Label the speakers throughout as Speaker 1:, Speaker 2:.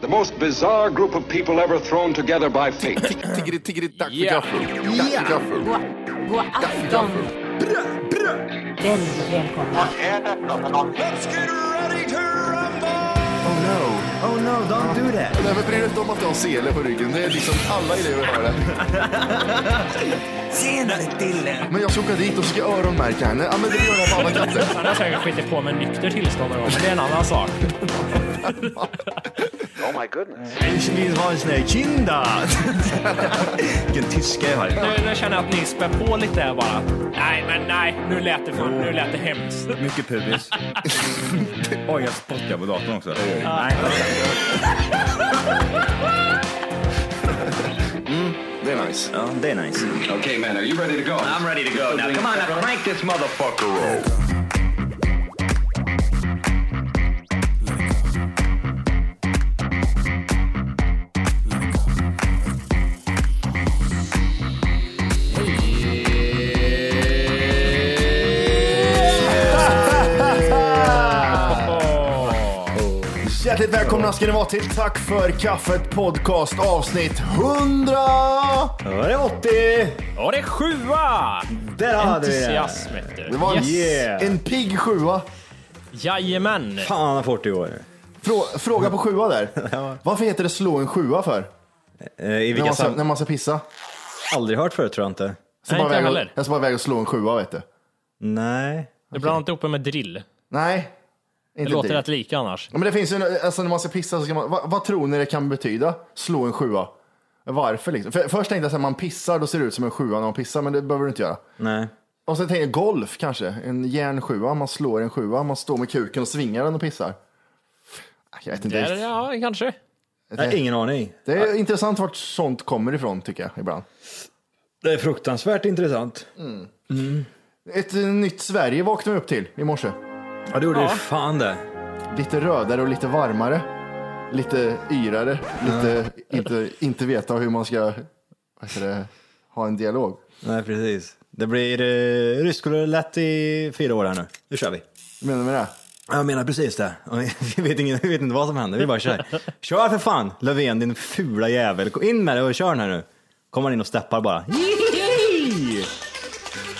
Speaker 1: The most bizarre group of people ever thrown together by fate.
Speaker 2: Tiggeri, tiggeri, dack för
Speaker 3: Yeah.
Speaker 2: gaffel. Dack för gaffel.
Speaker 4: God, god afton. Väldigt välkomna.
Speaker 5: Oh no, oh no, don't do that.
Speaker 2: Nej, men bry dig inte om att jag har sele på ryggen. Det är liksom alla elever har det.
Speaker 5: Senare Dille.
Speaker 2: Men jag ska åka dit och ska öronmärka henne. Ja, men det gör jag på alla katter.
Speaker 3: Han har säkert skitit på med nykter tillstånd någon gång, men det är en annan sak.
Speaker 5: Ich will was ne Kinder. Vilken tyska jag har.
Speaker 3: Nu, nu känner jag att ni spär på lite här bara. Nej, men nej, nu lät det, för, nu lät det hemskt.
Speaker 6: Mycket pubis. Oj, jag spottar på datorn också. Nej.
Speaker 2: Det är nice.
Speaker 6: Ja, det är nice.
Speaker 1: okay, man, are you ready to go?
Speaker 6: I'm ready to go now. Come on now, crank this motherfucker roll.
Speaker 2: Hjärtligt välkomna ska ni vara till Tack för kaffet podcast avsnitt 100!
Speaker 5: Då är det 80.
Speaker 3: Ja, det är sjua!
Speaker 5: Där hade vi det.
Speaker 3: Entusiasm, vet du.
Speaker 2: Det var en,
Speaker 5: Yeah.
Speaker 2: en pigg sjua.
Speaker 3: Jajamän!
Speaker 5: Fan, han har 40 år.
Speaker 2: Frå, fråga på sjua där. Varför heter det slå en sjua för?
Speaker 5: Eh, I
Speaker 2: När
Speaker 5: vilka
Speaker 2: man, ska, när
Speaker 5: sam...
Speaker 2: man ska pissa.
Speaker 5: Aldrig hört förut tror jag inte.
Speaker 2: Så
Speaker 3: Nej,
Speaker 2: bara
Speaker 3: inte jag
Speaker 2: väg och-
Speaker 3: heller.
Speaker 2: jag ska bara väga och slå en sjua vet du.
Speaker 5: Nej.
Speaker 3: Du blandar inte ihop det med drill.
Speaker 2: Nej,
Speaker 3: Det
Speaker 2: inte
Speaker 3: låter
Speaker 2: det.
Speaker 3: rätt lika annars.
Speaker 2: Ja, Men det finns ju, en- alltså när man ska pissa, så ska man, vad, vad tror ni det kan betyda? Slå en sjua. Varför liksom? För, först tänkte jag att man pissar, då ser det ut som en sjua när man pissar, men det behöver du inte göra.
Speaker 5: Nej.
Speaker 2: Och sen tänkte jag golf kanske, en järnsjua, man slår en sjua, man står med kuken och svingar den och pissar. Ah, Jag vet inte.
Speaker 3: Där,
Speaker 2: Det,
Speaker 3: ja, kanske.
Speaker 5: Nej, ingen aning.
Speaker 2: det är intressant vart sånt kommer ifrån tycker jag ibland.
Speaker 5: Det är fruktansvärt intressant.
Speaker 2: Ett eh, nytt Sverige vaknade jag upp till i morse.
Speaker 5: Ja, det gjorde ju fan det.
Speaker 2: Lite rödare och lite varmare. Lite yrare, lite inte, inte veta hur man ska vad heter det, ha en dialog.
Speaker 5: Nej, precis. Det blir eh, rysk roulette i fyra år här nu. Nu kör vi.
Speaker 2: Vad menar du med det?
Speaker 5: Ja, Jag menar precis det. Och Vi vet, ingen, vi vet inte vad som händer. Vi bara kör. Kör för fan Löfven din fula jävel. Gå in med dig och kör den här nu. Kommer han in och steppar bara.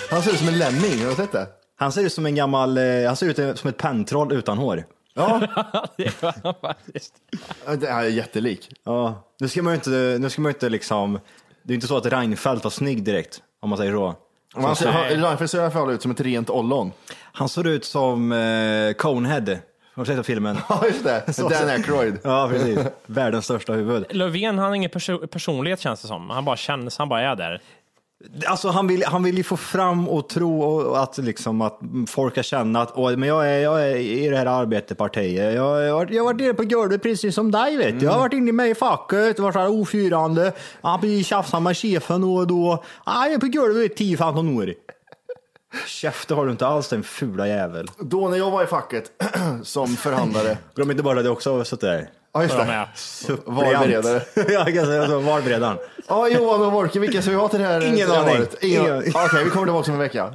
Speaker 2: Han ser ut som en lemming, har du sett det?
Speaker 5: Han ser ut som en gammal, eh, han ser ut som ett penntroll utan hår.
Speaker 2: Ja,
Speaker 3: Det var faktiskt-
Speaker 2: det här är jättelik.
Speaker 5: Ja, nu ska man ju inte, nu ska man ju inte liksom, det är inte så att Reinfeldt var snygg direkt, om man säger så.
Speaker 2: Om Han ser, han, Reinfeldt ser i alla fall ut som ett rent ollon.
Speaker 5: Han såg ut som eh, Conehead, har du sett filmen?
Speaker 2: Ja, just det.
Speaker 5: Så-
Speaker 2: Dan Aykroyd.
Speaker 5: Ja, precis. Världens största huvud.
Speaker 3: Löfven, han har ingen perso- personlighet känns det som. Han bara känns, han bara är där.
Speaker 5: Alltså han vill, han vill ju få fram och tro och och att, liksom, att folk ska känna att Åh, men jag, är, jag är i det här arbetarpartiet. Jag, jag, har varit- jag har varit inne på golvet precis som dig. Vet. du. Jag har varit inne med i facket, varit så här ofyrande, jag har blivit tjafsad med chefen då och då. Ah, Jag är på golvet i 10-15 år. Käften har du inte alls den fula jävel.
Speaker 2: Då när jag var i facket som förhandlare.
Speaker 5: Glöm inte bara det också, har suttit där.
Speaker 2: Ja, just
Speaker 3: För de
Speaker 2: det.
Speaker 3: är.
Speaker 2: Valberedare.
Speaker 5: ja, jag kan säga så, valberedaren.
Speaker 2: Ja, Johan och Wolke, vilka ska vi ha till det här?
Speaker 5: Ingen
Speaker 2: det här
Speaker 5: aning.
Speaker 2: året? Ingen
Speaker 5: Ingen-
Speaker 2: aning. Ja, Okej, vi kommer tillbaka om en vecka.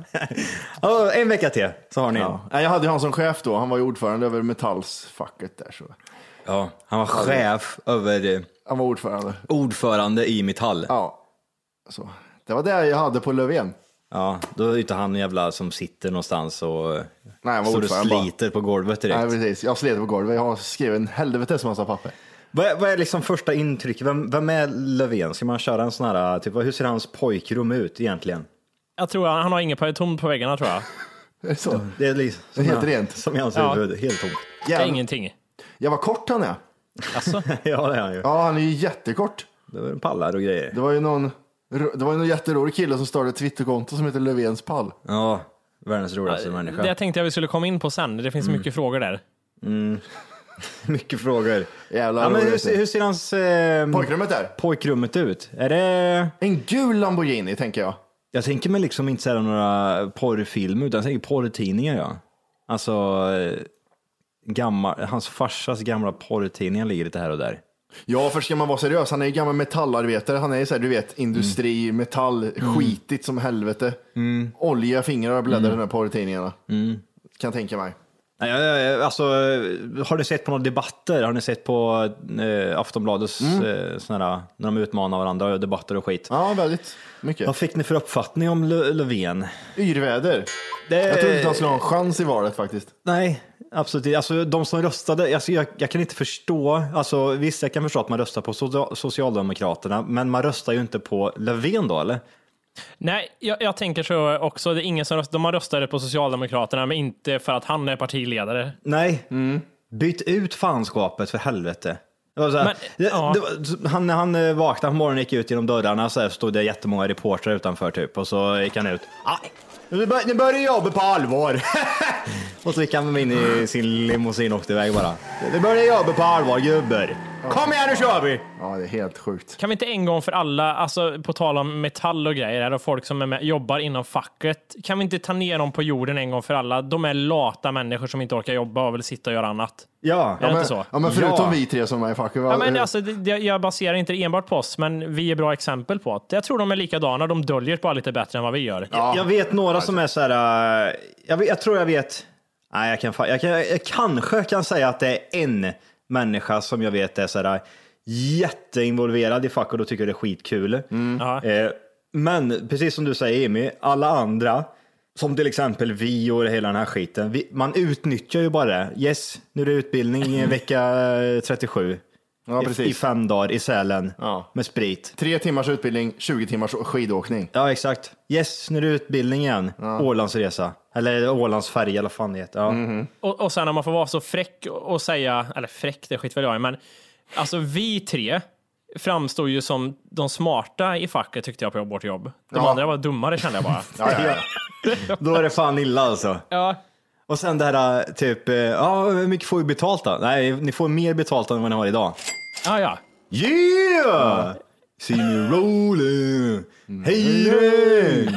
Speaker 5: Ja, en vecka till så har ni en.
Speaker 2: Nej, Jag hade ju han som chef då. Han var ju ordförande över Metalls-facket där. Så.
Speaker 5: Ja, han var chef över eh,
Speaker 2: Han var ordförande.
Speaker 5: ordförande i Metall.
Speaker 2: Ja. Så. Det var det jag hade på Löfven.
Speaker 5: Ja, då är inte han en jävla som sitter någonstans och eh,
Speaker 2: Nej, han var
Speaker 5: står och
Speaker 2: ordförande bara.
Speaker 5: sliter på golvet
Speaker 2: Nej,
Speaker 5: direkt.
Speaker 2: precis. Jag slet på golvet. Jag har skrivit en helvetes massa papper.
Speaker 5: Vad är, vad är liksom första intrycket? Vem, vem är Löfven? Ska man köra en sån här, typ, hur ser hans pojkrum ut egentligen?
Speaker 3: Jag tror han, han har ingen tom på väggarna tror jag.
Speaker 2: Är det så?
Speaker 5: Det är liksom,
Speaker 2: Det är helt rent.
Speaker 5: Som i hans
Speaker 3: Ja.
Speaker 5: huvud, helt tomt.
Speaker 2: Jävlar.
Speaker 3: Ingenting.
Speaker 2: Ja, vad kort han är.
Speaker 3: Alltså,
Speaker 5: ja, det är han ju.
Speaker 2: Ja, han är ju jättekort.
Speaker 5: Det var pallar och grejer.
Speaker 2: Det var ju någon, det var ju någon jätterolig kille som startade ett Twitterkonto som heter Löfvens pall.
Speaker 5: Ja, världens roligaste människa.
Speaker 3: det tänkte jag vi skulle komma in på sen. Det finns mycket frågor där.
Speaker 5: Mycket frågor.
Speaker 2: Jävlar
Speaker 5: Ja, men
Speaker 2: roligt.
Speaker 5: hur, ser- hur ser hans eh,
Speaker 2: Pojkrummet där.
Speaker 5: pojkrummet ut? Är det...
Speaker 2: En gul Lamborghini tänker jag.
Speaker 5: Jag tänker mig liksom inte säga några porrfilmer, utan jag tänker porrtidningar. Ja. Alltså, eh, gammal, hans farsas gamla porrtidningar ligger lite här och där.
Speaker 2: Ja, för ska man vara seriös, han är ju gammal metallarbetare. Han är ju så här, du vet, industri,
Speaker 5: Mm.
Speaker 2: metall,
Speaker 5: Mm.
Speaker 2: skitigt som helvete. Olja, fingrar bläddrar i de här porrtidningarna. Kan tänka mig.
Speaker 5: Nej, jag- jag- alltså, har ni sett på några debatter? Har ni sett på eh, Aftonbladets eh, såna här, när de utmanar varandra och debatter och skit?
Speaker 2: Mm. Ja, väldigt mycket.
Speaker 5: Vad fick ni för uppfattning om Lö- Löfven?
Speaker 2: Yrväder.
Speaker 5: Det-
Speaker 2: Jag trodde inte han skulle ha en chans i valet faktiskt.
Speaker 5: Nej, absolut inte. Alltså, de som röstade, alltså, jag, jag kan inte förstå, alltså, visst jag kan förstå att man röstar på so- Socialdemokraterna, men man röstar ju inte på Löfven då eller?
Speaker 3: Nej, jag, jag tänker så också. Det är ingen som röst, de har röstade på Socialdemokraterna, men inte för att han är partiledare.
Speaker 5: Nej,
Speaker 3: Mm.
Speaker 5: byt ut fanskapet för helvete. Det var så här,
Speaker 3: Men,
Speaker 5: det,
Speaker 3: ja.
Speaker 5: det var, han, han eh, vaknade på morgonen, gick ut genom dörrarna, så här stod det jättemånga reportrar utanför typ, och så gick han ut. "Aj, Nu bör- nu börjar jobbet på allvar! och så gick han in i sin limousin och åkte iväg bara. Nu börjar jobbet på allvar gubbar! Kom igen nu kör vi!
Speaker 2: Ja, det är helt sjukt.
Speaker 3: Kan vi inte en gång för alla, alltså på tal om metall och grejer, här, och folk som är med, jobbar inom facket, kan vi inte ta ner dem på jorden en gång för alla? De är lata människor som inte orkar jobba och vill sitta och göra annat.
Speaker 5: Ja,
Speaker 3: Är det
Speaker 2: Men,
Speaker 3: inte så?
Speaker 2: ja, men förutom
Speaker 5: Ja.
Speaker 2: vi tre som är i facket.
Speaker 3: Ja, men alltså, det, det- jag baserar inte det enbart på oss, men vi är bra exempel på det. Jag tror de är likadana, de döljer det bara lite bättre än vad vi gör.
Speaker 5: Jag vet några som är så här. äh, Jag, vet, jag tror jag vet. Nej, jag, kan, fa- jag, kan, jag kanske kan säga att det är en människa som jag vet är så här, äh, jätteinvolverad i facket och tycker det är skitkul.
Speaker 2: Mm.
Speaker 3: Ja.
Speaker 5: Eh, men precis som du säger Emmy, alla andra, som till exempel vi och hela den här skiten, vi, man utnyttjar ju bara det. Yes, nu är det utbildning i vecka eh, 37
Speaker 2: ja,
Speaker 5: i, i
Speaker 2: precis.
Speaker 5: fem dagar i Sälen
Speaker 2: Ja.
Speaker 5: med sprit.
Speaker 2: Tre timmars utbildning, 20 timmars skidåkning.
Speaker 5: Ja, exakt. Yes, nu är det utbildning igen. Ålandsresa. Eller Ålandsfärja, eller vad fan det heter. Ja.
Speaker 2: Mhm.
Speaker 3: Och, och sen om man får vara så fräck och och säga, eller fräck, det skit väl jag i, men alltså vi tre framstår ju som de smarta i facket tyckte jag på vårt jobb. De
Speaker 2: Ja.
Speaker 3: andra var dummare kände jag bara.
Speaker 2: Ja, ja, ja.
Speaker 5: Då är det fan illa alltså.
Speaker 3: ja.
Speaker 5: Och sen det här äh, typ, äh, ja, hur mycket får vi betalt då? Nej, ni får mer betalt än vad ni har idag.
Speaker 3: ja, ja.
Speaker 5: Yeah! See me rolling,
Speaker 2: Mm.
Speaker 5: hating.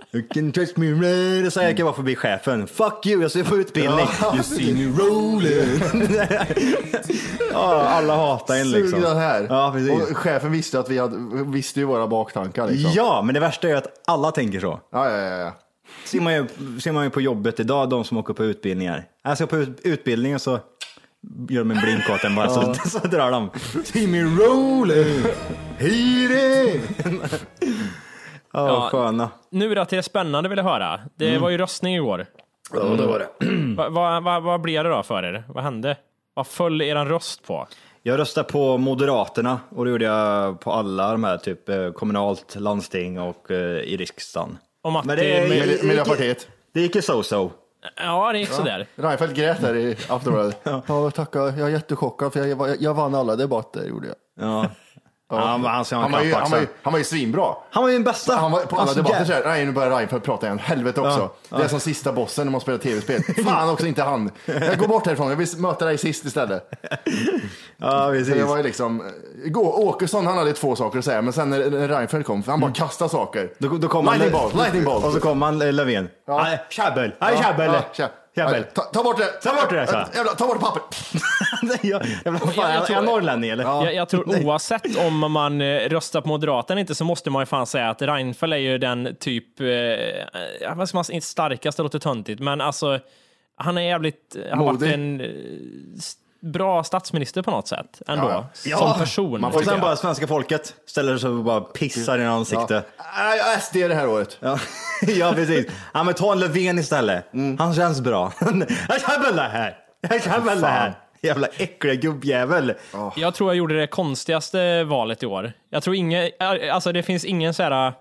Speaker 5: You can touch me right. Och så här kan jag bara få bli chefen. Fuck you, jag ska få utbildning. You see me rolling. ja, alla hatar en
Speaker 2: Sug
Speaker 5: liksom.
Speaker 2: den här.
Speaker 5: Ja, precis.
Speaker 2: och chefen visste att vi hade, visste ju våra baktankar. Liksom.
Speaker 5: Ja, men det värsta är att alla tänker så.
Speaker 2: Ja, ja, ja, ja.
Speaker 5: Ser man ju, ser man ju på jobbet idag, de som åker på utbildningar. Alltså på ut- utbildningen så gör de en blink åt en bara, så, så drar de. Timmy Rolling, Hiri! Ja,
Speaker 3: Ja.
Speaker 5: sköna.
Speaker 3: Nu då till det spännande vill jag höra. Det var ju röstning igår.
Speaker 5: Mm. Ja, det var det.
Speaker 3: Va, va, va, vad blev det då för er? Vad hände? Vad föll er röst på?
Speaker 5: Jag röstade på Moderaterna och det gjorde jag på alla de här, typ eh, kommunalt, landsting och eh, i riksdagen.
Speaker 3: Och Matti,
Speaker 5: Men det är-
Speaker 3: men-
Speaker 5: Det gick-
Speaker 2: Mil- Miljöpartiet.
Speaker 5: Det gick ju so-so.
Speaker 3: ja det gick sådär.
Speaker 2: Reinfeldt grät här i Aftonbladet. ja, jag tackar. Jag är jättechockad för jag, jag vann alla debatter, gjorde jag.
Speaker 5: Ja. Han, han, han,
Speaker 2: Han var ju, han var ju, han var ju svinbra.
Speaker 5: han var ju den bästa.
Speaker 2: Han var på alla
Speaker 5: Alltså,
Speaker 2: debatter
Speaker 5: jä-
Speaker 2: såhär, nej nu börjar Reinfeldt prata igen, helvete också.
Speaker 5: Ja,
Speaker 2: Det är som sista bossen när man spelar tv-spel. Fan också inte han. Jag går bort härifrån, jag vill möta dig sist istället.
Speaker 5: Ja,
Speaker 2: Så det
Speaker 5: precis.
Speaker 2: var ju liksom, gå- Åkesson han hade två saker att säga, men sen när när Reinfeldt kom, för han bara kastade saker.
Speaker 5: Mm. Då, då kom
Speaker 2: lightning
Speaker 5: han,
Speaker 2: bolt, lightning bolt.
Speaker 5: Och så kom han eh, Löfven.
Speaker 2: Ja.
Speaker 5: Nej, Käbbel! Nej,
Speaker 2: Ja,
Speaker 5: käbbel!
Speaker 2: ja, tja.
Speaker 5: Käbbel.
Speaker 2: Ja, Ta, ta bort det!
Speaker 5: Ta bort det, så.
Speaker 2: Äh, jävlar, Ta bort papper!
Speaker 5: Nej, jag- jag- vad fan,
Speaker 3: Jag- jag
Speaker 5: Är
Speaker 3: tror-
Speaker 5: jag norrlänning eller?
Speaker 3: Jag, jag tror oavsett om man eh, röstar på Moderaterna inte så måste man ju fan säga att Reinfeldt är ju den typ, eh, ja, vad ska man säga, inte starkaste låter töntigt, men alltså han är jävligt, han har varit
Speaker 2: Modig.
Speaker 3: en eh, s- bra statsminister på något sätt ändå,
Speaker 2: Ja.
Speaker 3: som person.
Speaker 5: och
Speaker 3: tycker
Speaker 5: sen
Speaker 3: jag.
Speaker 5: bara svenska folket ställer sig och bara pissar i
Speaker 2: Ja.
Speaker 5: ansikte.
Speaker 2: Äh, SD det här året.
Speaker 5: Ja. ja, precis. Ja, men ta en Löfven istället.
Speaker 2: Mm.
Speaker 5: Han känns bra. Jag käbbel det här! Jag käbbel det här! Jävla äckliga gubbjävel.
Speaker 3: Jag tror jag gjorde det konstigaste valet i år. Jag tror ingen, alltså det finns ingen så här eh,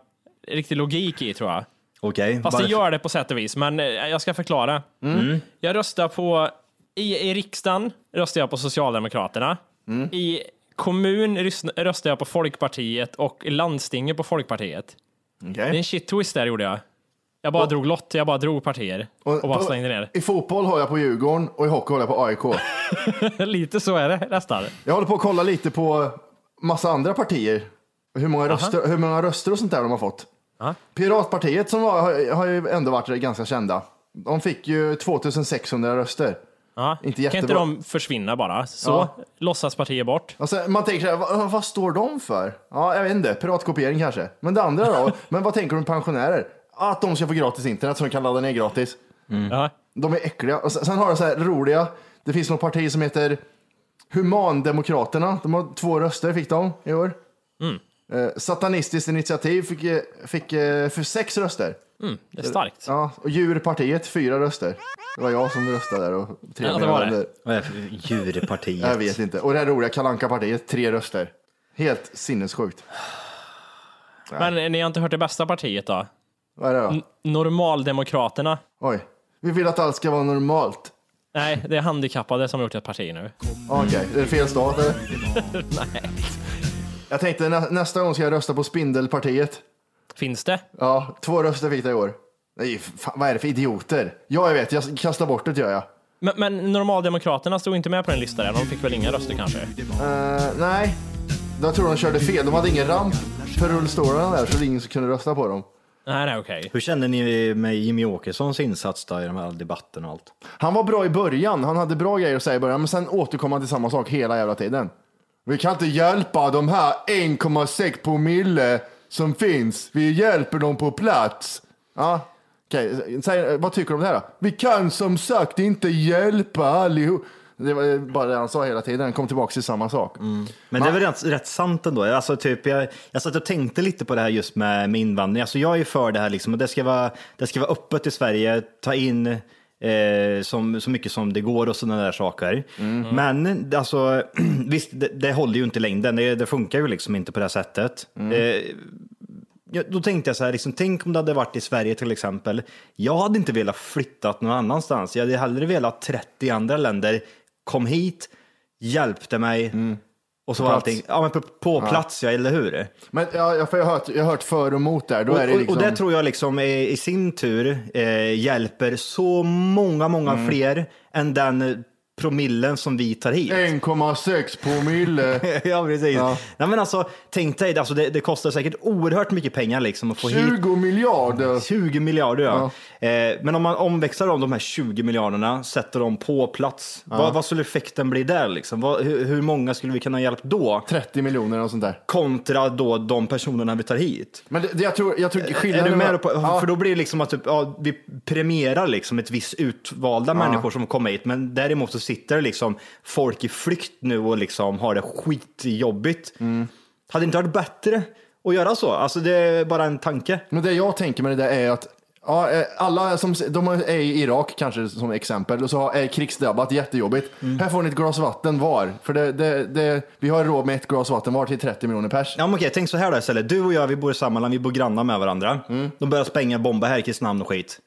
Speaker 3: riktig logik i tror jag.
Speaker 5: Okej.
Speaker 3: Fast
Speaker 5: varför-
Speaker 3: det gör det på sätt och vis, men eh, jag ska förklara.
Speaker 2: Mm.
Speaker 3: Mm. Jag röstar på, i, i riksdagen röstar jag på Socialdemokraterna.
Speaker 2: Mm.
Speaker 3: I kommun rys- röstar jag på Folkpartiet och i landstinget på Folkpartiet. Det är en shit twist där gjorde jag. Jag bara drog lott, jag bara drog partier och, bara
Speaker 2: på-
Speaker 3: slängde ner.
Speaker 2: I fotboll har jag på Djurgården och i hockey håller jag på AIK.
Speaker 3: Lite så är det nästan.
Speaker 2: Jag håller på att kolla lite på massa andra partier. Hur många, röster, hur många röster och sånt där de har fått.
Speaker 3: Aha.
Speaker 2: Piratpartiet som var, har, har ju ändå varit ganska kända. De fick ju 2600 röster.
Speaker 3: Ja.
Speaker 2: Inte
Speaker 3: Kan inte
Speaker 2: jättebra.
Speaker 3: de försvinna bara? Så,
Speaker 2: Ja.
Speaker 3: låtsas partier bort.
Speaker 2: Alltså, man tänker så här, vad, vad står de för? Ja, jag vet inte, piratkopiering kanske. Men det andra då? men vad tänker de om pensionärer? Att de ska få gratis internet som de kan ladda ner gratis.
Speaker 3: Ja.
Speaker 2: De är äckliga. Och sen, sen har de så här roliga. Det finns något parti som heter Humandemokraterna. De har två röster fick de i år.
Speaker 3: Mm.
Speaker 2: Eh, Satanistiskt initiativ fick, eh, fick eh, för sex röster.
Speaker 3: Det är starkt.
Speaker 2: Ja, och Djurpartiet fyra röster. Det var jag som röstade där och tre
Speaker 3: Ja, det var det.
Speaker 2: medlemmar.
Speaker 5: Vad är det för Djurpartiet.
Speaker 2: Jag vet inte. Och det här roliga kalanka partiet tre röster. Helt sinnessjukt.
Speaker 3: Men eh, ni har inte hört det bästa partiet då?
Speaker 2: Vad är det då?
Speaker 3: Mm. Normaldemokraterna.
Speaker 2: Oj. Vi vill att allt ska vara normalt.
Speaker 3: Nej, det är handikappade som har gjort ett parti nu.
Speaker 2: Okej, är det fel stat eller? Nej. Jag tänkte nä nästa gång ska jag rösta på Spindelpartiet.
Speaker 3: Finns det?
Speaker 2: Ja, två röster fick jag i år. Nej, fan, vad är det för idioter? Ja, jag vet, jag kastar bort det gör jag.
Speaker 3: Men, men normaldemokraterna stod inte med på den listan där. De fick väl inga röster kanske?
Speaker 2: Eh, nej, jag tror de körde fel. De hade ingen ramp för rullstolarna där så det var ingen som kunde rösta på dem.
Speaker 3: Nej, nej, okej.
Speaker 5: Hur kände ni med Jimmy Åkessons insats där i de här debatterna och allt?
Speaker 2: Han var bra i början, han hade bra grejer att säga i början, men sen återkom han till samma sak hela jävla tiden. Vi kan inte hjälpa de här 1,6 promille som finns. Vi hjälper dem på plats. Ja, okej. Säg, Vad tycker du om det här då? Vi kan som sagt inte hjälpa allihop. Det var bara det han sa hela tiden, han kom tillbaka till samma sak.
Speaker 5: Men det är väl rätt, rätt sant ändå. Alltså, typ, jag, jag satt och tänkte lite på det här just med, med invandring. Alltså, jag är ju för det här liksom, och det ska, vara, det ska vara öppet i Sverige, ta in eh, som, så mycket som det går och sådana där saker. Men alltså, visst, det, det håller ju inte i längden. Det, det funkar ju liksom inte på det här sättet. Eh, Ja, då tänkte jag så här, liksom, tänk om det hade varit i Sverige till exempel. Jag hade inte velat flytta någon annanstans. Jag hade hellre velat 30 andra länder. Kom hit, hjälpte mig. Och så var
Speaker 2: plats.
Speaker 5: allting, ja men på, på plats ja, eller hur?
Speaker 2: Men ja, jag, för jag, har hört, jag har hört för och emot där. Då
Speaker 5: Och,
Speaker 2: är det
Speaker 5: och,
Speaker 2: liksom...
Speaker 5: och det tror jag liksom eh, i sin tur eh, hjälper så många, många fler än den eh, promillen som vi tar hit.
Speaker 2: 1,6 promille.
Speaker 5: ja, precis.
Speaker 2: Ja.
Speaker 5: Nej, men alltså, tänk dig, alltså, det, det kostar säkert oerhört mycket pengar liksom, att få hit
Speaker 2: 20 miljarder.
Speaker 5: 20 miljarder ja. Eh, men om man omväxlar om de här 20 miljarderna, sätter dem på plats, vad, vad skulle effekten bli där liksom? Vad, hur, hur många skulle vi kunna hjälpa då?
Speaker 2: 30 miljoner och sånt där.
Speaker 5: Kontra då de personerna vi tar hit.
Speaker 2: Men det, det, jag tror, jag tror
Speaker 5: Är
Speaker 2: skillnaden...
Speaker 5: du
Speaker 2: var-
Speaker 5: med på,
Speaker 2: Ja.
Speaker 5: För då blir det liksom att typ, ja, vi premierar liksom ett visst utvalda människor som kommer hit, men däremot så sitter det liksom folk i flykt nu och liksom har det skitjobbigt. Hade det inte varit bättre att göra så? Alltså det är bara en tanke.
Speaker 2: Men det jag tänker med det där är att ja, eh, alla som de är i Irak kanske som exempel och så har- är krigsdrabbat jättejobbigt.
Speaker 5: Mm.
Speaker 2: Här får ni ett glas vatten var. För det, det, det, vi har råd med ett glas vatten var till 30 miljoner pers.
Speaker 5: Ja, men okej, tänk så här då istället. Du och jag, vi bor i samma land, vi bor grannar med varandra. De börjar spränga bomber här i Kristinehamn och skit.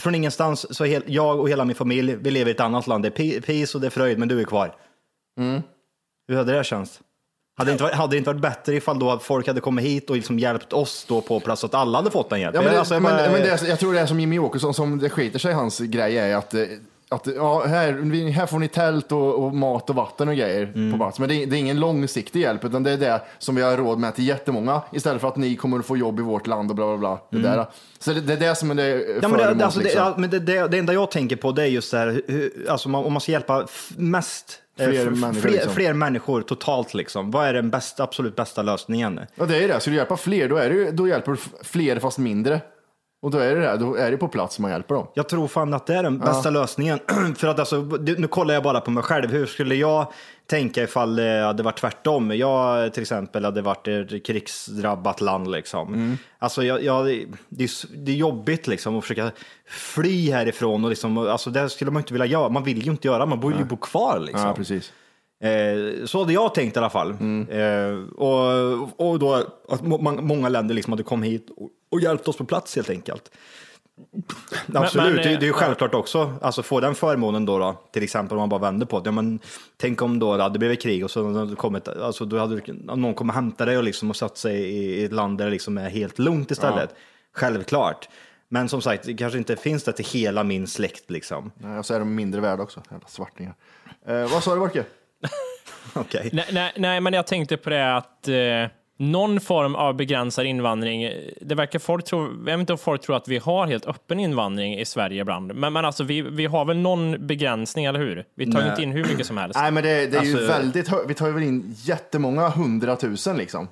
Speaker 5: Från ingenstans, så hel, jag och hela min familj, vi lever i ett annat land. Det är pi- peace och det är fröjd, men du är kvar.
Speaker 2: Mm.
Speaker 5: Hur hade det här känts? Hade det, inte varit, hade det inte varit bättre ifall då folk hade kommit hit och liksom hjälpt oss då på plats, så att alla hade fått den hjälp?
Speaker 2: Ja, men det,
Speaker 5: Alltså, jag
Speaker 2: men,
Speaker 5: bara-
Speaker 2: men det, är- Eh, jag tror det är som Jimmy Åkesson som det skiter sig i hans grej är att, eh, att ja, här, vi- här får ni tält och, och mat och vatten och grejer på plats. Men det, är- det är ingen långsiktig hjälp utan det är det som vi har råd med till jättemånga istället för att ni kommer att få jobb i vårt land och bla bla bla. Det, där. Så det, det är det som är det eh,
Speaker 5: Ja,
Speaker 2: för
Speaker 5: men
Speaker 2: och
Speaker 5: det,
Speaker 2: emot,
Speaker 5: alltså, det,
Speaker 2: liksom.
Speaker 5: ja, men det, det, det enda jag tänker på det är just det här, hur, alltså, man, om man ska hjälpa f- mest eh,
Speaker 2: Fler
Speaker 5: f-
Speaker 2: människor,
Speaker 5: fler,
Speaker 2: liksom.
Speaker 5: fler människor totalt, liksom. vad är den bästa, absolut bästa lösningen?
Speaker 2: Ja, det är ju det. Ska du hjälpa fler, då, är det ju, då hjälper du f- fler fast mindre. Och då är det det, då är det på plats man hjälper dem.
Speaker 5: Jag tror fan att det är den bästa lösningen. För att alltså, det- nu kollar jag bara på mig själv. Hur skulle jag tänka ifall det hade varit tvärtom? Jag till exempel hade varit i ett krigsdrabbat land liksom.
Speaker 2: Mm.
Speaker 5: Alltså, jag, jag, det, är, s- det är jobbigt liksom att försöka fly härifrån och liksom, alltså, det skulle man inte vilja göra. Man vill ju inte göra, man borde ju bo kvar liksom.
Speaker 2: precis.
Speaker 5: Eh, så hade jag tänkt i alla fall.
Speaker 3: Mm.
Speaker 5: Eh, och, och då att må, man- många länder liksom hade kommit hit och, och hjälpt oss på plats helt enkelt. Absolut,
Speaker 3: men,
Speaker 5: det,
Speaker 3: eh,
Speaker 5: det är ju självklart också. Alltså få den förmånen då, då till exempel om man bara vänder på det. Ja, men, tänk om då det hade blivit krig och så hade det kommit, alltså, då hade du- någon kommit hämta dig och, liksom, och satt sig i, i ett land där det liksom är helt lugnt istället. Självklart. Men som sagt, det kanske inte finns det till hela min släkt liksom.
Speaker 2: Och så är de mindre värda också, jävla svartingar. Eh, vad sa du, Borke?
Speaker 5: Okej.
Speaker 3: Nej, nej, nej, men jag tänkte på det att eh, någon form av begränsad invandring, eh, det verkar folk tro, jag vet inte om folk tror att vi har helt öppen invandring i Sverige ibland, men, men alltså vi, vi har väl någon begränsning, eller hur? Vi tar ju inte in hur mycket som helst.
Speaker 2: Nej, men det, det är ju
Speaker 5: Alltså-
Speaker 2: väldigt hö- Vi tar ju väl in jättemånga hundratusen liksom.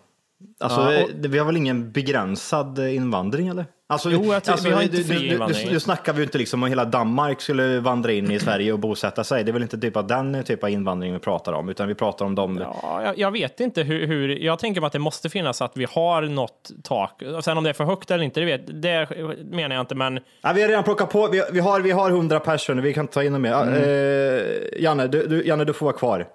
Speaker 5: Alltså,
Speaker 3: Ja, och-
Speaker 5: det- vi har väl ingen begränsad eh, invandring eller? Alltså,
Speaker 3: Jo, jag tycker
Speaker 5: alltså,
Speaker 3: vi har
Speaker 5: du,
Speaker 3: inte fri
Speaker 5: du, du,
Speaker 3: invandring.
Speaker 5: du snackar vi ju inte liksom om hela Danmark skulle vandra in i Sverige och bosätta sig. Det är väl inte typ av den typ av invandring vi pratar om, utan vi pratar om dem.
Speaker 3: Ja, jag, jag vet inte hur, hur, jag tänker mig att det måste finnas att vi har något tak. Sen om det är för högt eller inte, det, vet, det menar jag inte, men
Speaker 5: Ja, vi har redan plockat på, vi, vi, har, vi har 100 personer, vi kan ta in dem mer.
Speaker 3: Mm.
Speaker 5: Ja, Eh, Janne, du, du, Janne, du får vara kvar.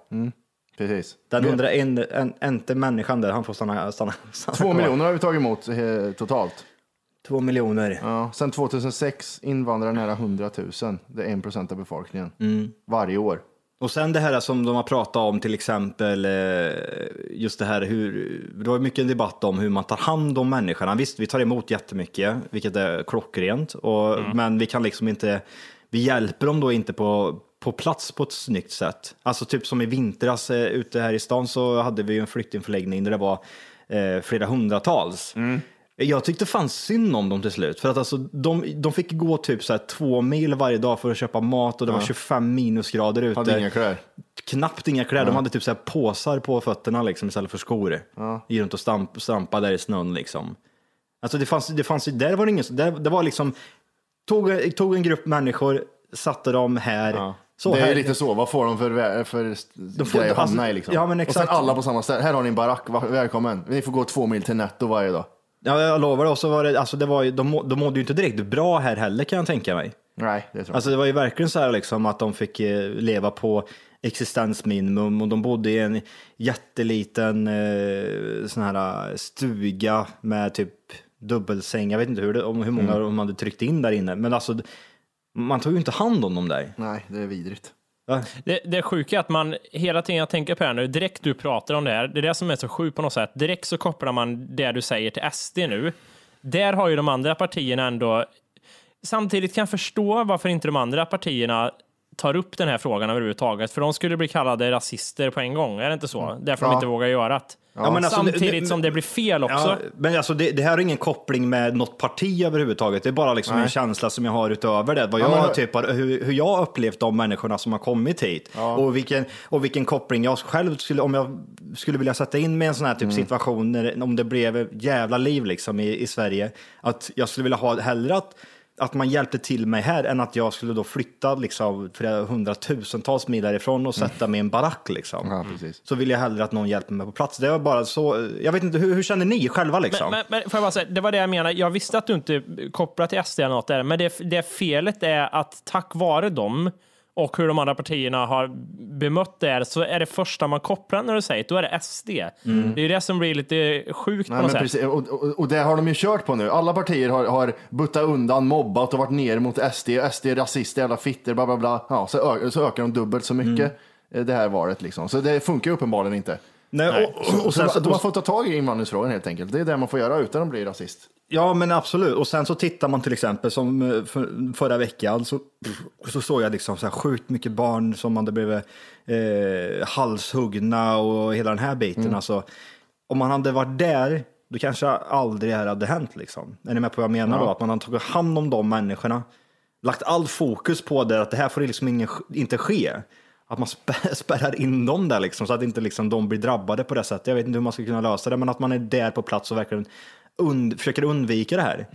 Speaker 2: Precis.
Speaker 5: Den 101 en, inte människan där, han får stanna, stanna, stanna
Speaker 2: Två
Speaker 5: kvar.
Speaker 2: miljoner har vi tagit emot eh, totalt.
Speaker 5: Två miljoner.
Speaker 2: Ja, sen 2006 invandrar nära 100 000. Det är 1 procent av befolkningen. Varje år.
Speaker 5: Och sen det här som de har pratat om till exempel, eh, just det här hur, det var ju mycket debatt om hur man tar hand om människorna. Visst, vi tar emot jättemycket, vilket är klockrent, och, men vi kan liksom inte, vi hjälper dem då inte på, på plats på ett snyggt sätt. Alltså typ som i vintras eh, ute här i stan så hade vi ju en flyktingförläggning där det var eh, flera hundratals. Jag tyckte fan synd om dem till slut. För att alltså, de, de fick gå typ så här två mil varje dag för att köpa mat och det var 25 minusgrader ute
Speaker 2: Hade inga kläder.
Speaker 5: knappt inga kläder. De hade typ så här påsar på fötterna liksom, istället för skor. Gick runt och stamp, stampade där i snön. Liksom. Alltså, det fanns, det fanns, där var det ingen... Där, det var liksom, tog, tog en grupp människor, satte dem här. Så
Speaker 2: det är
Speaker 5: här.
Speaker 2: lite så, vad får de för, vä- för de
Speaker 5: får-
Speaker 2: grej att
Speaker 5: alltså,
Speaker 2: hamna i liksom?
Speaker 5: ja, men
Speaker 2: Och
Speaker 5: exakt.
Speaker 2: sen alla på samma ställe. Här har ni en barack, va- välkommen. Ni får gå två mil till Netto varje dag.
Speaker 5: Ja, jag lovar. Och så var det, alltså, det var, ju- de, må- de mådde ju inte direkt bra här heller kan jag tänka mig.
Speaker 2: Nej, det tror jag
Speaker 5: Alltså det var ju verkligen så här liksom att de fick eh, leva på existensminimum och de bodde i en jätteliten eh, sån här eh, stuga med typ dubbelsäng. Jag vet inte hur, det, om hur många de hade tryckt in där inne, men alltså d- man tog ju inte hand om dem där.
Speaker 2: inte. Nej, det är vidrigt.
Speaker 5: Va?
Speaker 3: det, det sjuka är att man hela tiden jag tänker på det här nu, direkt du pratar om det här, det är det som är så sjukt på något sätt, direkt så kopplar man det du säger till SD nu. Där har ju de andra partierna ändå, samtidigt kan jag förstå varför inte de andra partierna tar upp den här frågan överhuvudtaget, för de skulle bli kallade rasister på en gång, är det inte så? Därför de
Speaker 2: Ja.
Speaker 3: inte vågar göra det.
Speaker 5: Mm. Ja, men alltså,
Speaker 3: samtidigt
Speaker 5: det- det-
Speaker 3: som det blir fel också.
Speaker 5: Ja, men alltså det, det här har ingen koppling med något parti överhuvudtaget. Det är bara liksom en känsla som jag har utöver det. Vad jag
Speaker 2: men-
Speaker 5: typ, har- hur, hur jag har upplevt de människorna som har kommit hit. Och, vilken, och vilken koppling jag själv skulle, om jag skulle vilja sätta in mig i en sån här
Speaker 2: Mm.
Speaker 5: typ situation, när, det- om det blev ett jävla liv liksom i, i Sverige. Att jag skulle vilja ha hellre att att man hjälpte till mig här än att jag skulle då flytta liksom flera hundratusentals mil härifrån och sätta mig i en barack liksom
Speaker 2: Ja, precis.
Speaker 5: så vill jag hellre att någon hjälper mig på plats. Det var bara så, jag vet inte, hur, hur känner ni själva liksom?
Speaker 3: Men, men, men får jag bara säga, det var det jag menade. Jag visste att du inte kopplar till SD eller något där, men det, det felet är att tack vare dem och hur de andra partierna har bemött det här, så är det första man kopplar när du säger det, då är det SD.
Speaker 5: Mm.
Speaker 3: Det är ju det som blir lite sjukt på
Speaker 2: Nej,
Speaker 3: något
Speaker 2: men
Speaker 3: sätt.
Speaker 2: precis. Och, och, och det har de ju kört på nu. Alla partier har, har buttat undan, mobbat och varit ner mot SD. SD är rasister, jävla fitter, bla bla bla. Ja, så, ö- så ökar de dubbelt så mycket
Speaker 5: Mm.
Speaker 2: eh, det här valet. Liksom. Så det funkar ju uppenbarligen inte.
Speaker 5: Nej, och, och, och
Speaker 2: Så
Speaker 5: sen, så,
Speaker 2: de har fått ta tag i invandringsfrågan helt enkelt. Det är det man får göra utan att bli rasist.
Speaker 5: ja men absolut, och sen så tittar man till exempel som eh, för, förra veckan så, så såg jag liksom så här sjukt mycket barn som hade blivit eh, halshuggna och hela den här biten. Alltså, om man hade varit där, då kanske aldrig det här hade hänt liksom. Är ni med på vad jag menar då? Att man hade tagit hand om de människorna. lagt all fokus på det, att det här får liksom ingen, inte ske. Att man spä- spärrar in dem där liksom, så att inte liksom de blir drabbade på det sättet. Jag vet inte hur man ska kunna lösa det, men att man är där på plats och verkligen und- försöker undvika det här.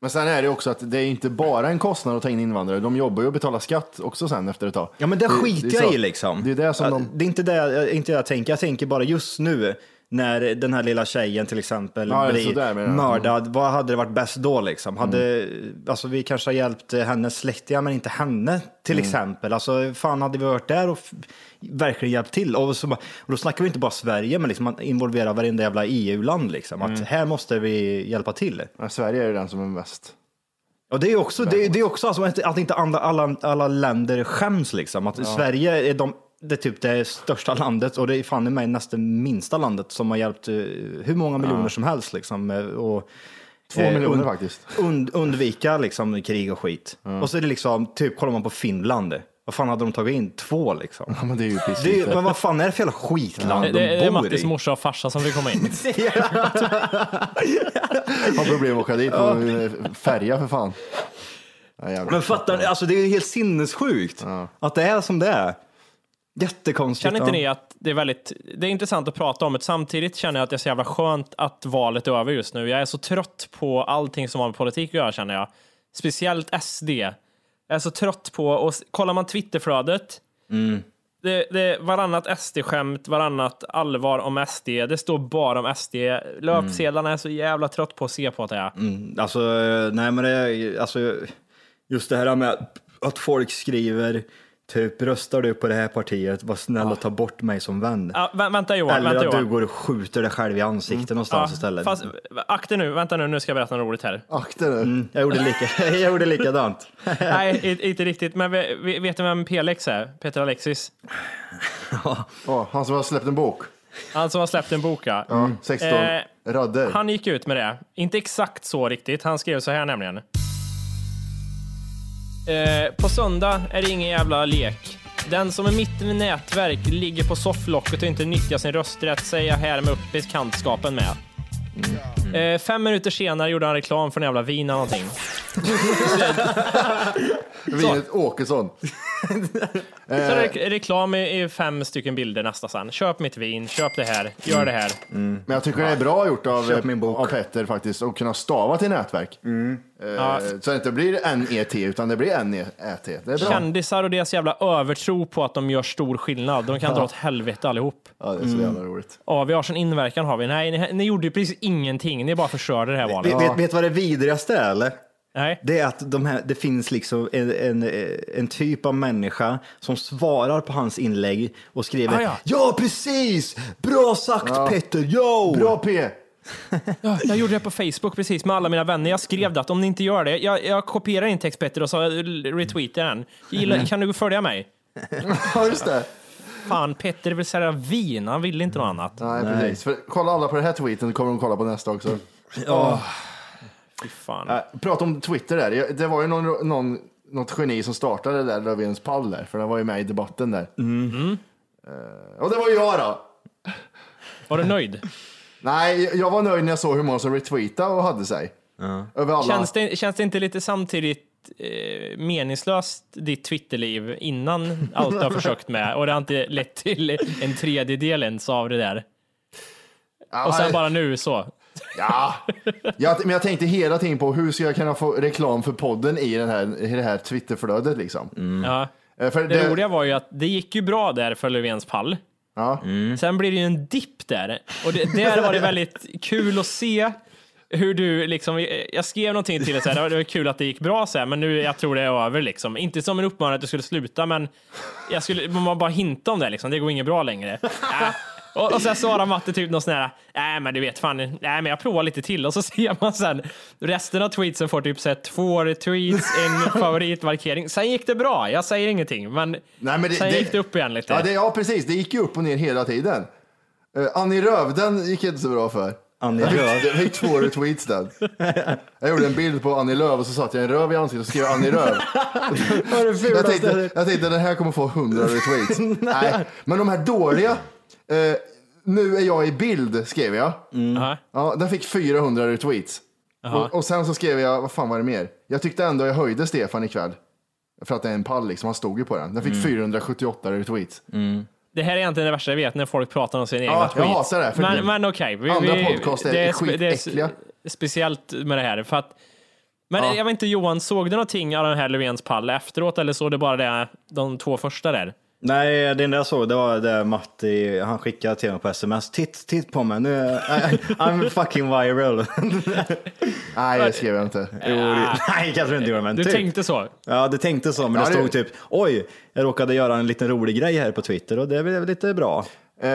Speaker 2: Men sen är det också att det är inte bara en kostnad att ta in invandrare. De jobbar ju och betalar skatt också sen efter ett tag.
Speaker 5: Ja, men det, skiter
Speaker 2: det är
Speaker 5: jag
Speaker 2: så-
Speaker 5: i liksom.
Speaker 2: Det är det som
Speaker 5: Ja,
Speaker 2: de...
Speaker 5: det är inte det jag, inte det jag tänker. Jag tänker bara just nu när den här lilla tjejen till exempel
Speaker 2: Ja, det är
Speaker 5: blir
Speaker 2: sådär menar jag. Mm.
Speaker 5: mördad. Vad hade det varit bäst då liksom? Hade, alltså, vi kanske har hjälpt eh, hennes släktingar men inte henne till
Speaker 2: Mm.
Speaker 5: exempel. Alltså fan hade vi varit där och f- verkligen hjälpt till. Och, så, bara- och då snackar vi inte bara Sverige men liksom man involverar varenda jävla EU-land liksom.
Speaker 2: Mm.
Speaker 5: Att här måste vi hjälpa till.
Speaker 2: Ja, Sverige är ju den som är bäst.
Speaker 5: Och det är också, det, det är också alltså att, att inte andra, alla, alla länder skäms liksom. Att Sverige är de, det är typ det största landet och det är fan i mig nästan minsta landet som har hjälpt eh, hur många miljoner som helst liksom. eh, Och,
Speaker 2: Två
Speaker 5: eh,
Speaker 2: miljoner
Speaker 5: und-
Speaker 2: faktiskt.
Speaker 5: Und, undvika liksom krig och skit. Och så är det liksom, typ kollar man på Finland. Vad fan hade de tagit in? Två liksom.
Speaker 2: Ja, men det är ju precis
Speaker 5: Det
Speaker 2: det.
Speaker 5: är, men vad fan är det för jävla skitland
Speaker 3: det,
Speaker 5: de
Speaker 3: det, det är
Speaker 5: bor
Speaker 3: Mattis
Speaker 5: i?
Speaker 3: morsa och farsa som vill komma in.
Speaker 2: Har problem att åka dit på eh, färja för fan. Ja, jävlar.
Speaker 5: Men fattar ni? Alltså det är ju helt sinnessjukt att det är som det är. Jättekonstigt.
Speaker 3: Känner inte
Speaker 5: ja.
Speaker 3: ni att det är väldigt, det är intressant att prata om, men samtidigt känner jag att det är så jävla skönt att valet är över just nu. Jag är så trött på allting som har med politik att göra känner jag. Speciellt SD. Jag är så trött på, och s- kollar man Twitterflödet,
Speaker 5: Mm.
Speaker 3: det, det är varannat SD-skämt, varannat allvar om SD. Det står bara om SD. Löpsedlarna
Speaker 5: Mm.
Speaker 3: är jag så jävla trött på att se på det. Här.
Speaker 5: Alltså, nej men det, alltså, just det här med att, att folk skriver typ röstar du på det här partiet, var snäll och ta bort mig som vän.
Speaker 3: Ah, vä- vänta Johan,
Speaker 5: Eller
Speaker 3: vänta
Speaker 5: att
Speaker 3: Johan.
Speaker 5: du
Speaker 3: Mm.
Speaker 5: går och skjuter dig själv i ansiktet någonstans
Speaker 3: Ja,
Speaker 5: istället.
Speaker 3: fast, akta nu, vänta nu, nu ska jag berätta något roligt här.
Speaker 2: Akta dig.
Speaker 5: Mm, jag, gjorde lika, jag gjorde likadant.
Speaker 3: Nej, i- inte riktigt. Men vi- vi- vet du vem Pelex är? Peter Alexis.
Speaker 2: Ja, han som har släppt en bok.
Speaker 3: Han som har släppt en bok. ja.
Speaker 2: Ja, 16
Speaker 3: Eh,
Speaker 2: rader.
Speaker 3: Han gick ut med det. Inte exakt så riktigt. Han skrev så här nämligen. Eh, på söndag är det ingen jävla lek. Den som är mitt i nätverk ligger på sofflocket och inte nyttjar sin rösträtt säger jag här med upp i kantskapen med. Eh, fem minuter senare gjorde han reklam för en jävla vin eller någonting.
Speaker 2: Vinet Åkesson.
Speaker 3: Så re- reklam i, i fem stycken bilder nästa sen. Köp mitt vin, köp det här, gör det här.
Speaker 2: Men jag tycker det är bra gjort av,
Speaker 5: Köp min bok.
Speaker 2: av Petter faktiskt, att kunna stava till nätverk. Eh,
Speaker 3: Ja.
Speaker 2: Så det inte blir NET, utan det blir NET. Det är bra.
Speaker 3: Kändisar och deras jävla övertro på att de gör stor skillnad. De kan dra åt helvete allihop.
Speaker 2: Ja, det är så jävla roligt.
Speaker 3: Ja, vi har sån inverkan har vi. Nej, ni, ni gjorde ju precis ingenting. Ni bara förstörde det här valet.
Speaker 5: Vet, vet, vet vad det vidrigaste är eller?
Speaker 3: Nej.
Speaker 5: Det är att de här, det finns liksom en, en, en typ av människa som svarar på hans inlägg och skriver
Speaker 3: Ah, ja.
Speaker 5: ja precis, bra sagt Petter, yo!
Speaker 2: Bra P!
Speaker 3: Ja, Jag gjorde det på Facebook precis med alla mina vänner. Jag skrev det att om ni inte gör det, jag, jag kopierar in text Petter och så retweetar den. Gilla, kan du följa mig?
Speaker 2: Ja, just det.
Speaker 3: Fan, Petter vill sälja vin. Han vill inte något annat.
Speaker 2: Nej, precis. För, kolla alla på den här tweeten, då kommer de kolla på nästa också.
Speaker 3: Fy fan.
Speaker 2: Äh, prata om Twitter där. Jag- Det var ju någon, någon, något geni som startade det där Löfvens pall där, för den var ju med i debatten där. Eh, och det var ju jag då.
Speaker 3: Var du nöjd?
Speaker 2: Nej, jag var nöjd när jag såg hur många som retweetade och hade sig. Över alla.
Speaker 3: Känns det, känns det inte lite samtidigt eh, meningslöst, ditt Twitterliv, innan allt du har försökt med? Och det har inte lett till en tredjedel ens av det där.
Speaker 2: Ja,
Speaker 3: Och sen
Speaker 2: nej.
Speaker 3: bara nu så.
Speaker 2: Ja, jag, men jag tänkte hela tiden på hur ska jag kunna få reklam för podden i, den här, i det här Twitterflödet liksom.
Speaker 3: Ja.
Speaker 2: Eh, För
Speaker 3: Det roliga var ju att det gick ju bra där för Löfvens pall.
Speaker 2: Ja.
Speaker 3: Sen blir det ju en dipp där. Och det, där var det väldigt kul att se hur du liksom, jag skrev någonting till dig så här, det var kul att det gick bra så här, men nu jag tror det är över liksom. Inte som en uppmaning att du skulle sluta, men jag skulle man bara hinta om det liksom, det går inget bra längre. Äh. Och, och sen svarar Matte typ något sån här, nej men du vet fan, nej men jag provar lite till och så ser man sen resten av tweetsen får typ så här, två retweets, en favoritmarkering. Sen gick det bra, jag säger ingenting, men,
Speaker 2: Nej, men det-
Speaker 3: sen
Speaker 2: det-
Speaker 3: gick det upp igen lite.
Speaker 2: Ja, det, ja, precis. Det gick ju upp och ner hela tiden. Uh, Annie Röv, den gick inte så bra för.
Speaker 5: Annie
Speaker 2: jag fick,
Speaker 5: Lööf.
Speaker 2: Jag fick två retweets den. Jag gjorde en bild på Annie Lööf och så satte jag en röv i ansiktet och skrev Annie Röv. jag, tänkte, jag tänkte den här kommer få 100 retweets. Nej, men de här dåliga. eh, nu är jag i bild, skrev jag.
Speaker 3: Ja.
Speaker 2: Ja, den fick 400 retweets. Och, och sen så skrev jag, vad fan var det mer? Jag tyckte ändå jag höjde Stefan ikväll. För att det är en pall liksom, han stod ju på den. Den fick 478 retweets.
Speaker 3: Det här är egentligen det värsta jag vet, när folk pratar om sina egna
Speaker 2: jag
Speaker 3: tweets.
Speaker 2: hatar det här, för det-
Speaker 3: Men, men okej. vi-
Speaker 2: Andra
Speaker 3: vi-
Speaker 2: podcast är
Speaker 3: spe- det
Speaker 2: skitäckliga.
Speaker 3: s- speciellt med det här. För att, men jag vet inte, Johan, såg du någonting av den här Löfvens pall efteråt eller såg du bara det, de två första där?
Speaker 5: Nej, det enda jag såg det var det Matti, han skickade till mig på sms. Titt, titt på mig, nu, är- I'm fucking viral.
Speaker 2: Nej, det skrev jag inte.
Speaker 5: Jo, det- Nej, kanske inte gjorde, men
Speaker 3: Du
Speaker 5: typ.
Speaker 3: tänkte
Speaker 2: Eh.
Speaker 3: så?
Speaker 5: Ja, det tänkte så, men
Speaker 2: Ja,
Speaker 5: det
Speaker 2: det-
Speaker 5: stod typ oj, jag råkade göra en liten rolig grej här på Twitter och det blev lite bra.
Speaker 2: Eh,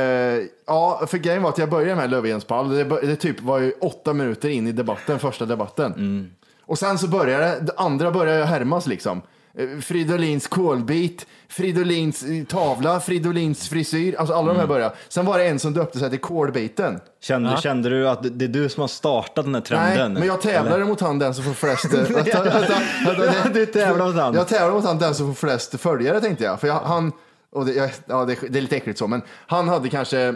Speaker 2: ja, för grejen var att jag började med Löfvens pall. Det, bör- det typ var ju åtta minuter in i debatten, första debatten. Och sen så började det, det andra började härmas liksom. Eh, Fridolins kolbit, Fridolins eh, tavla, Fridolins frisyr. Alltså alla de här började. Sen var det en som döpte sig till kolbiten.
Speaker 5: Kände, kände du att det är du som har startat den här
Speaker 2: Nej,
Speaker 5: trenden?
Speaker 2: men jag tävlade mot han den som får flest... eh, vänta, vänta, vänta,
Speaker 5: Ja, du tävlar mot han.
Speaker 2: Jag tävlar mot han den som får flest följare tänkte jag. För jag, han, och det, jag, ja, det, det är lite äckligt så, men han hade kanske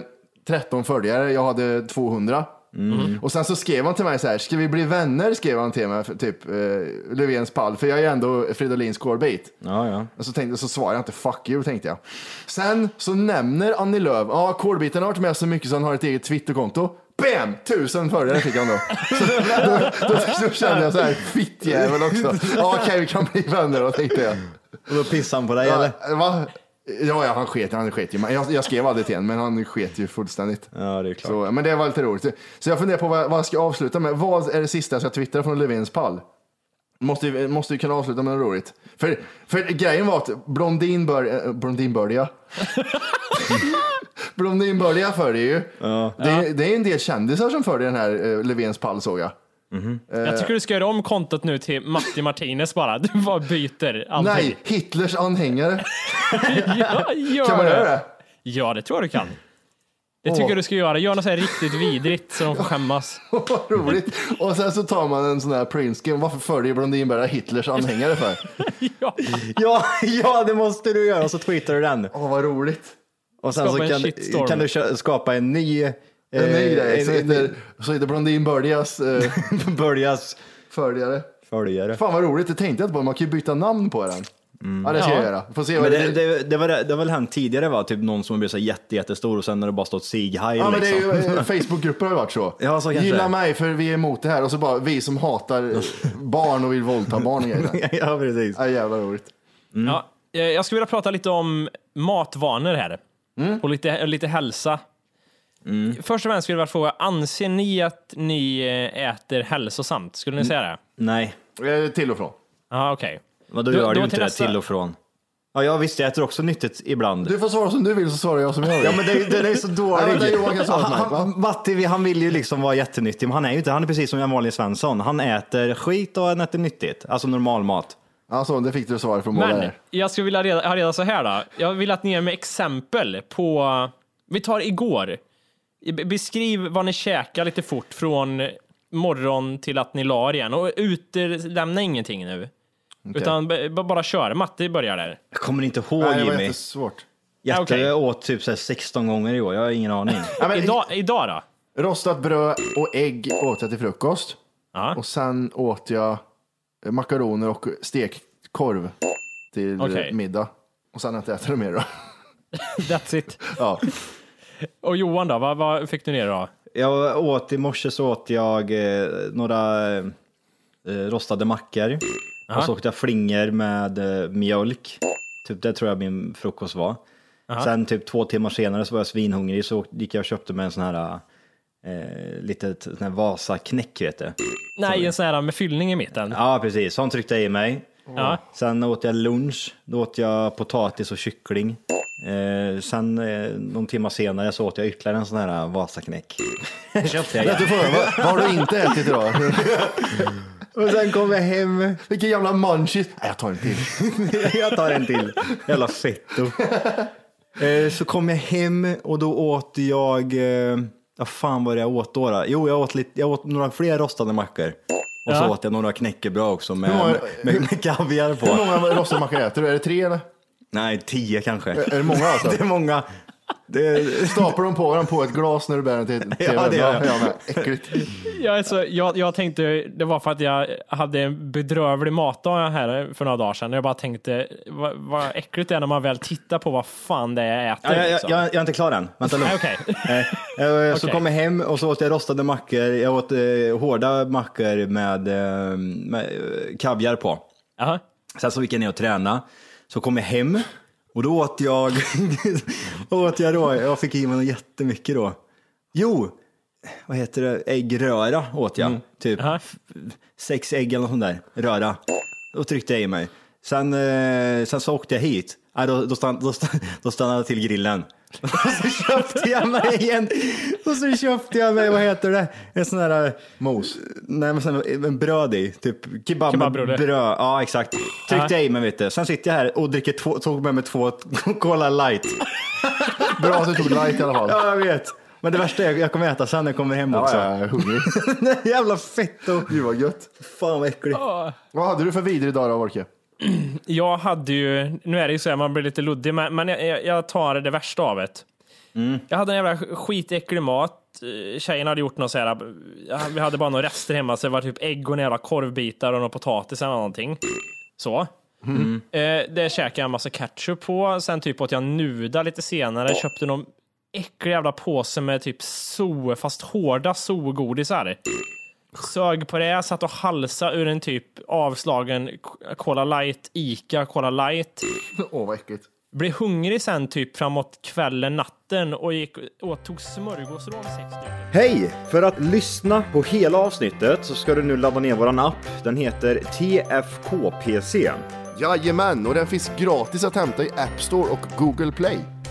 Speaker 2: 13 följare, jag hade 200.
Speaker 5: Mm.
Speaker 2: Och sen så skrev han till mig så här, ska vi bli vänner? skrev han till mig, för, typ eh, Löfvens pall, för jag är ändå Fridolins kårbit.
Speaker 5: Ja, ja.
Speaker 2: Och så, tänkte, så svarade jag inte fuck you tänkte jag. Sen så nämner Annie Lööf, ja ah, kårbiten har varit med så mycket så han har ett eget twitterkonto. Bam! Tusen följare fick han då. Så, då, då, då kände jag så här, fittjävel också. Ja okej vi kan bli vänner då tänkte jag.
Speaker 5: Och då pissar han på dig eller?
Speaker 2: Ja, va? Ja, ja, han sket, han sket ju. Jag, jag skrev aldrig till honom, men han sket ju fullständigt.
Speaker 5: Ja, det är klart.
Speaker 2: Så, men det var lite roligt. Så jag funderar på vad, vad jag ska avsluta med. Vad är det sista jag ska twittra från Löfvens pall? Måste ju måste ju kunna avsluta med något roligt. För, för grejen var att Blondinbör, eh, Blondinbördiga. Blondinbördiga följer ju. Det, det är en del kändisar som följer den här eh, Löfvens pall såg jag.
Speaker 3: Jag tycker du ska göra om kontot nu till Matti Martinez bara. Du bara byter allting.
Speaker 2: Nej, Hitlers anhängare.
Speaker 3: Ja, gör
Speaker 2: Kan man göra det?
Speaker 3: Ja, det tror jag du kan. Det tycker jag du ska göra. Gör något så här riktigt vidrigt så de får skämmas.
Speaker 2: Vad roligt. Och sen så tar man en sån här printscreen. Varför följer Blondinbördiga Hitlers anhängare för?
Speaker 3: Ja.
Speaker 5: Ja, ja, det måste du göra och så twittrar du den.
Speaker 2: Åh, vad roligt.
Speaker 5: Och sen så
Speaker 3: Skapa en
Speaker 5: kan,
Speaker 3: shitstorm.
Speaker 5: kan du kö- skapa en ny... eh,
Speaker 2: En ny grej. Så
Speaker 5: en, en,
Speaker 2: heter, så heter Blondinbördigas eh,
Speaker 5: en Börjas
Speaker 2: följare.
Speaker 5: följare.
Speaker 2: Fan vad roligt, det tänkte jag inte på. Man kan ju byta namn på den. Ja, det ska
Speaker 3: Ja.
Speaker 2: jag göra. Får se vad
Speaker 5: Mm. Men
Speaker 2: det,
Speaker 5: det, det, det, var, det det har väl hänt tidigare va? Typ någon som har blivit så jätte, jättestor och sen har det bara stått sig high
Speaker 2: Ja, men det är
Speaker 5: liksom.
Speaker 2: ju, eh, Facebookgrupper har ju varit så.
Speaker 5: Ja, så kanske det
Speaker 2: Gilla
Speaker 5: är. men
Speaker 2: mig för vi är emot det här. Och så bara vi som hatar eh, barn och vill våldta barn och grejer.
Speaker 5: ja, precis.
Speaker 2: Ja, jävla roligt. Mm.
Speaker 3: Ja, eh, jag skulle vilja prata lite om matvanor här.
Speaker 2: Mm.
Speaker 3: Och lite, eh, lite hälsa. Först och främst skulle jag vilja fråga, anser ni att ni eh, äter hälsosamt? Skulle
Speaker 2: Mm.
Speaker 3: ni säga det?
Speaker 5: Nej,
Speaker 2: Eh, Till och från.
Speaker 3: Ja, okej.
Speaker 5: men då
Speaker 3: Då-
Speaker 5: gör
Speaker 3: då
Speaker 5: du inte
Speaker 3: till
Speaker 5: det
Speaker 3: nästa.
Speaker 5: till och från. Ja, jag visst, jag äter också nyttigt ibland.
Speaker 2: Du får svara som du vill så svarar jag som jag vill.
Speaker 5: Ja, men det, den är så
Speaker 2: Ja,
Speaker 5: dålig.
Speaker 2: men det är Johan kan svara åt mig,
Speaker 5: Han-
Speaker 2: va?
Speaker 5: han- Matti, vi- han vill ju liksom vara jättenyttig, men han är ju inte, han är precis som en vanlig Svensson. Han äter skit och han äter nyttigt, alltså normalmat.
Speaker 2: Alltså, det fick du svar från båda
Speaker 3: Men
Speaker 2: där.
Speaker 3: jag skulle vilja reda, ha reda så här då. Jag vill att ni ger mig exempel på, vi tar igår. B- Beskriv vad ni käkar lite fort från morgon till att ni la er igen och utelämna ingenting nu. Utan b- b- bara kör. Matti börjar där.
Speaker 5: Jag kommer inte ihåg
Speaker 2: Nej, det var
Speaker 5: Jimmy.
Speaker 2: jättesvårt.
Speaker 5: Jätte,
Speaker 3: okej.
Speaker 5: Jag åt typ så här 16 gånger i år, jag har ingen aning.
Speaker 2: Ja, men,
Speaker 3: Idag, idag då?
Speaker 2: Rostat bröd och ägg åt jag till frukost.
Speaker 3: Ja.
Speaker 2: Och sen åt jag makaroner och stekt korv till
Speaker 3: Okej.
Speaker 2: middag. Och sen har jag inte ätit det mer då.
Speaker 3: That's it.
Speaker 2: Ja.
Speaker 3: Och Johan då, vad, vad fick du ner då?
Speaker 5: Jag åt, i morse så åt jag eh, några eh, rostade mackor. Och så åt jag flingor med eh, mjölk. Typ det tror jag min frukost var. Sen typ två timmar senare så var jag svinhungrig så åkte- gick jag och köpte mig en sån här eh, litet sån här Vasa-knäck vet du.
Speaker 3: Nej, en sån här med fyllning i mitten.
Speaker 5: Ja precis, sån tryckte jag i mig.
Speaker 3: Ja.
Speaker 5: Sen åt jag lunch, då åt jag potatis och kyckling. Eh, sen eh, någon timmar senare så åt jag ytterligare en sån här eh, Vasaknäck. köpte jag igen.
Speaker 2: Du får, vad, vad har du inte ätit idag?
Speaker 5: Och sen kom jag hem,
Speaker 2: Vilken jävla munchies. Nej, jag tar en till.
Speaker 5: jag tar en till, jävla fetto. Eh, så kom jag hem och då åt jag, eh, vad fan var det jag åt då? då? Jo, jag åt, lite, jag åt några fler rostade mackor. Och så
Speaker 3: Ja.
Speaker 5: åt jag några knäckebröd också med,
Speaker 2: Hur många-
Speaker 5: med, med, kaviar
Speaker 2: Hur
Speaker 5: på.
Speaker 2: många rostade mackor äter du? Är det tre eller?
Speaker 5: Nej, tio kanske.
Speaker 2: Är det många alltså?
Speaker 5: Det är många. Det är,
Speaker 2: Staplar de på varandra på ett glas när du bär den till tvn?
Speaker 5: Ja, det gör jag.
Speaker 2: Ja, men, äckligt.
Speaker 3: Ja, alltså, jag, jag tänkte, det var för att jag hade en bedrövlig matdag här för några dagar sedan. Jag bara tänkte, vad, vad äckligt det är när man väl tittar på vad fan det är jag äter.
Speaker 5: Ja, jag, jag,
Speaker 3: liksom.
Speaker 5: jag, jag är inte klar än. Vänta lugnt.
Speaker 3: Nej, okej.
Speaker 5: Eh, eh, Så
Speaker 3: Okej.
Speaker 5: kom jag hem och så åt jag rostade mackor. Jag åt eh, hårda mackor med, eh, med eh, kaviar på.
Speaker 3: Jaha.
Speaker 5: Sen så gick jag ner och tränade. Så kom jag hem och då åt jag... åt jag, då, jag fick i mig något jättemycket då. Jo, vad heter det? Äggröra åt jag. Typ
Speaker 3: Jaha.
Speaker 5: sex ägg eller något sånt där. Röra. Då tryckte jag i mig. Sen, eh, sen så åkte jag hit. Nej, då, då, stann, då, stann, då stannade jag till grillen. Och så köpte jag mig igen. Och så köpte jag mig, vad heter det? En sån där... Mos? Nej, men sån, en bröd i. Typ kebab med
Speaker 3: Kebabrulle.
Speaker 5: bröd. Ja, exakt. Tryckte jag i mig, vet du. Sen sitter jag här och dricker två, tog med mig två Cola light.
Speaker 2: Bra att du tog light i alla fall.
Speaker 5: Ja, jag vet. Men det värsta är jag kommer äta sen när jag kommer hem
Speaker 2: Ja,
Speaker 5: också.
Speaker 2: jag är hungrig.
Speaker 5: Jävla fett och...
Speaker 2: Gud vad gött.
Speaker 5: Fan vad äckligt.
Speaker 2: Vad hade du för vidrig dag då, Orke?
Speaker 3: Jag hade ju, nu är det ju så här, man blir lite luddig, men, men jag, jag- jag tar det värsta av det. Jag hade en jävla skitäcklig mat. Eh, Tjejen hade gjort något så här, ja, vi hade bara några rester hemma, så det var typ ägg och några jävla korvbitar och någon potatis eller någonting. Så. Eh, det käkade jag en massa ketchup på, sen typ åt jag nuda lite senare, köpte någon äcklig jävla påse med typ so, fast hårda sogodisar. Sög på det, satt och halsa ur en typ avslagen K- Cola Light, Ica Cola Light.
Speaker 2: Åh, vad äckligt.
Speaker 3: Blev hungrig sen typ framåt kvällen, natten och gick och tog smörgåsrån sex stycken.
Speaker 7: Hej! För att lyssna på hela avsnittet så ska du nu ladda ner våran app. Den heter TFKPC.
Speaker 2: Jajamän, och den finns gratis att hämta i App Store och Google Play.